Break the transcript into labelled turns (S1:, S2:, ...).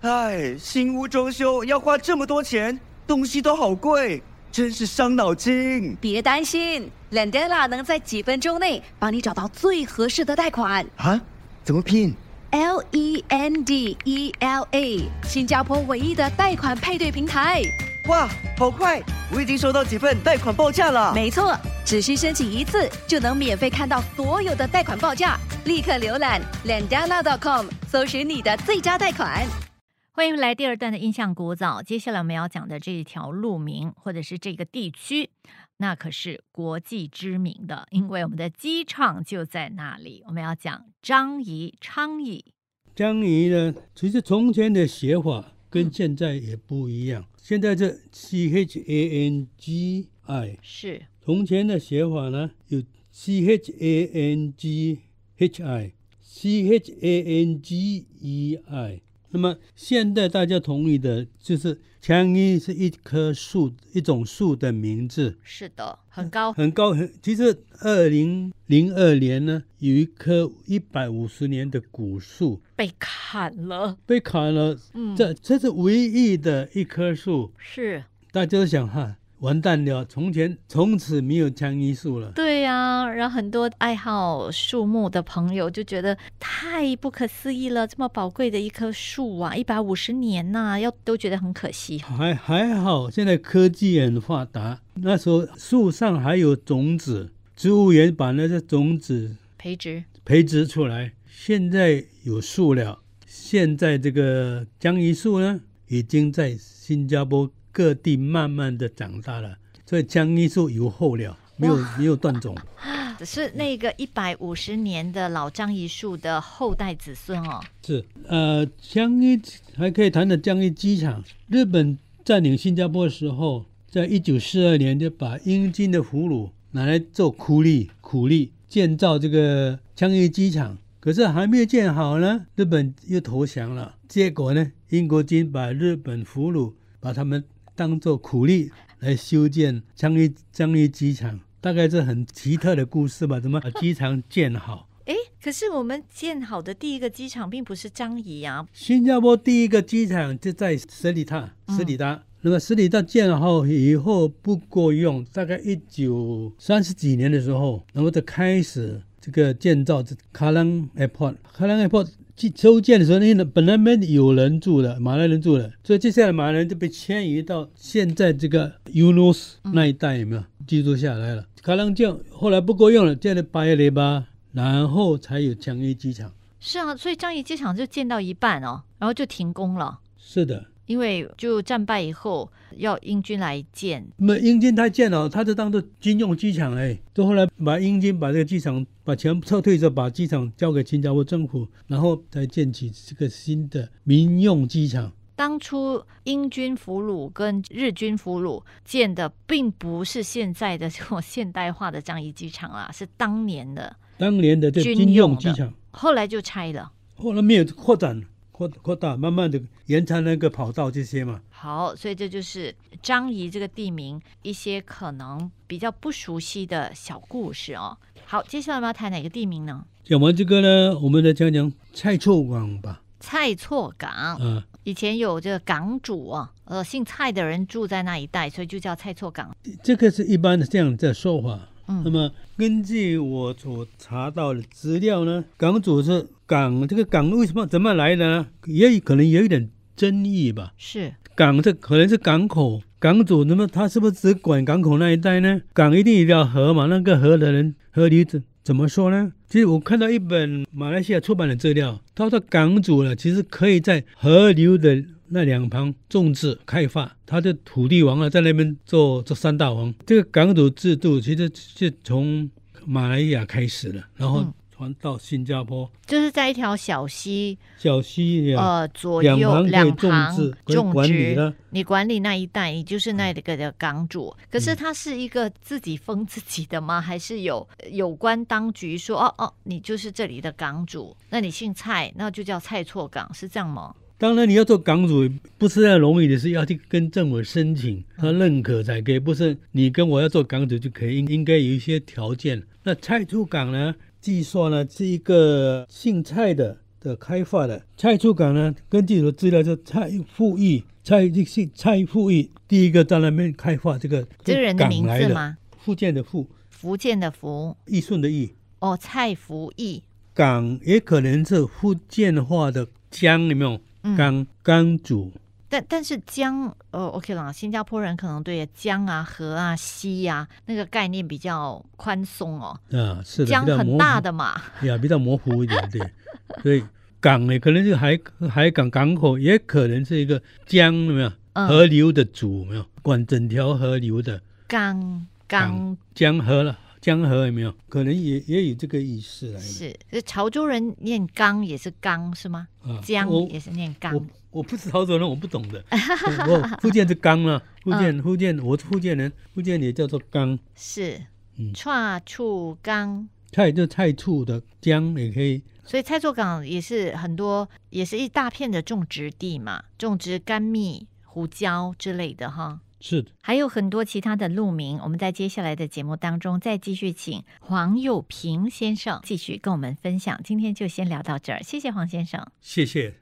S1: 唉，新屋装修要花这么多钱，东西都好贵，真是伤脑筋。
S2: 别担心，Landella 能在几分钟内帮你找到最合适的贷款。
S3: 啊？怎么拼？
S2: L E N D E L A，新加坡唯一的贷款配对平台。
S1: 哇，好快！我已经收到几份贷款报价了。
S2: 没错，只需申请一次就能免费看到所有的贷款报价。立刻浏览 landana.com，搜寻你的最佳贷款。
S4: 欢迎来第二段的印象古早。接下来我们要讲的这一条路名或者是这个地区，那可是国际知名的，因为我们的机场就在那里。我们要讲张仪、昌邑。
S5: 江宜呢，其实从前的写法跟现在也不一样，现在这 C H A N G I，
S4: 是
S5: 从前的写法呢有 C H A N G H I，C H A N G E I。那么现在大家同意的就是江宜是一棵树，一种树的名字。
S4: 是的，很高，
S5: 很高。很其实二零零二年呢，有一棵一百五十年的古树
S4: 被砍了。
S5: 被砍了，
S4: 嗯
S5: 这这是唯一的一棵树。
S4: 是
S5: 大家都想哈，完蛋了，从前从此没有枪衣树了。
S4: 对呀、然后很多爱好树木的朋友就觉得太不可思议了，这么宝贵的一棵树啊，一百五十年呐、要都觉得很可惜。
S5: 还还好，现在科技很发达，那时候树上还有种子，植物园把那些种子
S4: 培植
S5: 培植出来。现在有树了，现在这个江宜树呢，已经在新加坡各地慢慢的长大了，所以江宜树有后了，没有没有断种。
S4: 只是那个一百五十年的老樟榆树的后代子孙哦。
S5: 是，呃，江一还可以谈的江一机场，日本占领新加坡的时候，在一九四二年就把英军的俘虏拿来做苦力，苦力建造这个江一机场。可是还没有建好呢，日本又投降了。结果呢，英国军把日本俘虏，把他们当做苦力来修建江一江一机场，大概是很奇特的故事吧？怎么把机场建好？
S4: 诶，可是我们建好的第一个机场并不是樟宜啊，
S5: 新加坡第一个机场就在斯里塔，斯里达。那么斯里达建好以后不够用，大概一九三十几年的时候，然后就开始这个建造这卡朗 Airport。卡朗 Airport 去修建的时候，因为本来没有人住的，马来人住的，所以接下来马来人就被迁移到现在这个 Eunos 那一带，有没有居住下来了？卡朗建后来不够用了，建了巴耶雷巴，然后才有樟宜机场。
S4: 是啊，所以樟宜机场就建到一半哦，然后就停工了，
S5: 是的。
S4: 因为就战败以后要英军来建，
S5: 那英军太贱了，他就当做军用机场哎，就后来把英军把这个机场把全部撤退之后，把机场交给新加坡政府，然后再建起这个新的民用机场。
S4: 当初英军俘虏跟日军俘虏建的，并不是现在的这种现代化的樟宜机场啦，是当年的，
S5: 当年的这
S4: 军
S5: 军
S4: 用
S5: 用
S4: 的
S5: 机场，
S4: 后来就拆了。
S5: 后来没有扩展扩扩大，慢慢的延长那个跑道这些嘛。
S4: 好，所以这就是张仪这个地名一些可能比较不熟悉的小故事哦。好，接下来我们要谈哪个地名呢？
S5: 讲完这个呢，我们来讲讲蔡厝港吧。
S4: 蔡厝港，
S5: 啊，
S4: 以前有这个港主啊，呃，姓蔡的人住在那一带，所以就叫蔡厝港。
S5: 这个是一般的这样在说法。
S4: 嗯
S5: 那么根据我所查到的资料呢，港主是港这个港为什么怎么来的呢？也可能有一点争议吧。
S4: 是，
S5: 港这可能是港口，港主那么他是不是只管港口那一带呢？港一定有一条河嘛，那个河的人河流怎怎么说呢？其实我看到一本马来西亚出版的资料，他说港主呢，其实可以在河流的那两旁种植开发，他的土地王啊，在那边做做三大王。这个港主制度其实是从马来西亚开始的，然后
S4: 嗯
S5: 传到新加坡。
S4: 就是在一条小溪，
S5: 小溪呀、
S4: 呃，左
S5: 两
S4: 右
S5: 旁可以
S4: 两
S5: 种
S4: 旁
S5: 植可以
S4: 种
S5: 管理
S4: 植
S5: 了，嗯
S4: 你管理那一带，你就是那里个的港主。可是他是一个自己封自己的吗？还是有有关当局说，哦哦，你就是这里的港主，那你姓蔡，那就叫蔡厝港，是这样吗？
S5: 当然，你要做港主不是那容易的事，要去跟政府申请，他认可才可以。不是你跟我要做港主就可以，应应该有一些条件。那蔡厝港呢？据说呢是一个姓蔡的的开发的。蔡厝港呢，根据我的资料是蔡富义，蔡姓蔡富义第一个在那边开发这个
S4: 这个人的
S5: 港
S4: 名
S5: 来
S4: 字吗？
S5: 福建的福，
S4: 福建的福
S5: 义顺的义，
S4: 哦，蔡福义，
S5: 港也可能是福建话的江，有没有
S4: 嗯？
S5: 港港主，
S4: 但但是江呃，OK 啦，新加坡人可能对江啊、河啊、溪啊那个概念比较宽松哦，
S5: 啊，是的，
S4: 江
S5: 比较模
S4: 很
S5: 糊
S4: 大的嘛，
S5: 呀，比较模糊 一点，对，所以港呢，可能是海海港港口，也可能是一个江，有没有？
S4: 嗯
S5: 河流的主有没有管整条河流的
S4: 刚刚
S5: 港江河了，江河有没有？可能也也有这个意思来的
S4: 是，这潮州人念刚也是刚是吗？
S5: 啊。
S4: 江
S5: 我
S4: 也是念
S5: 我
S4: 刚，
S5: 我不是潮州人，我不 懂的。我我福建是港了，
S4: 嗯
S5: 福建福建我是福建人，福建也叫做港。
S4: 是
S5: 嗯，
S4: 串处刚。
S5: 菜就菜醋的姜也可以，
S4: 所以蔡厝港也是很多，也是一大片的种植地嘛，种植甘蜜、胡椒之类的哈。
S5: 是的。
S4: 还有很多其他的路名，我们在接下来的节目当中再继续请黄友平先生继续跟我们分享。今天就先聊到这儿，谢谢黄先生。
S5: 谢谢。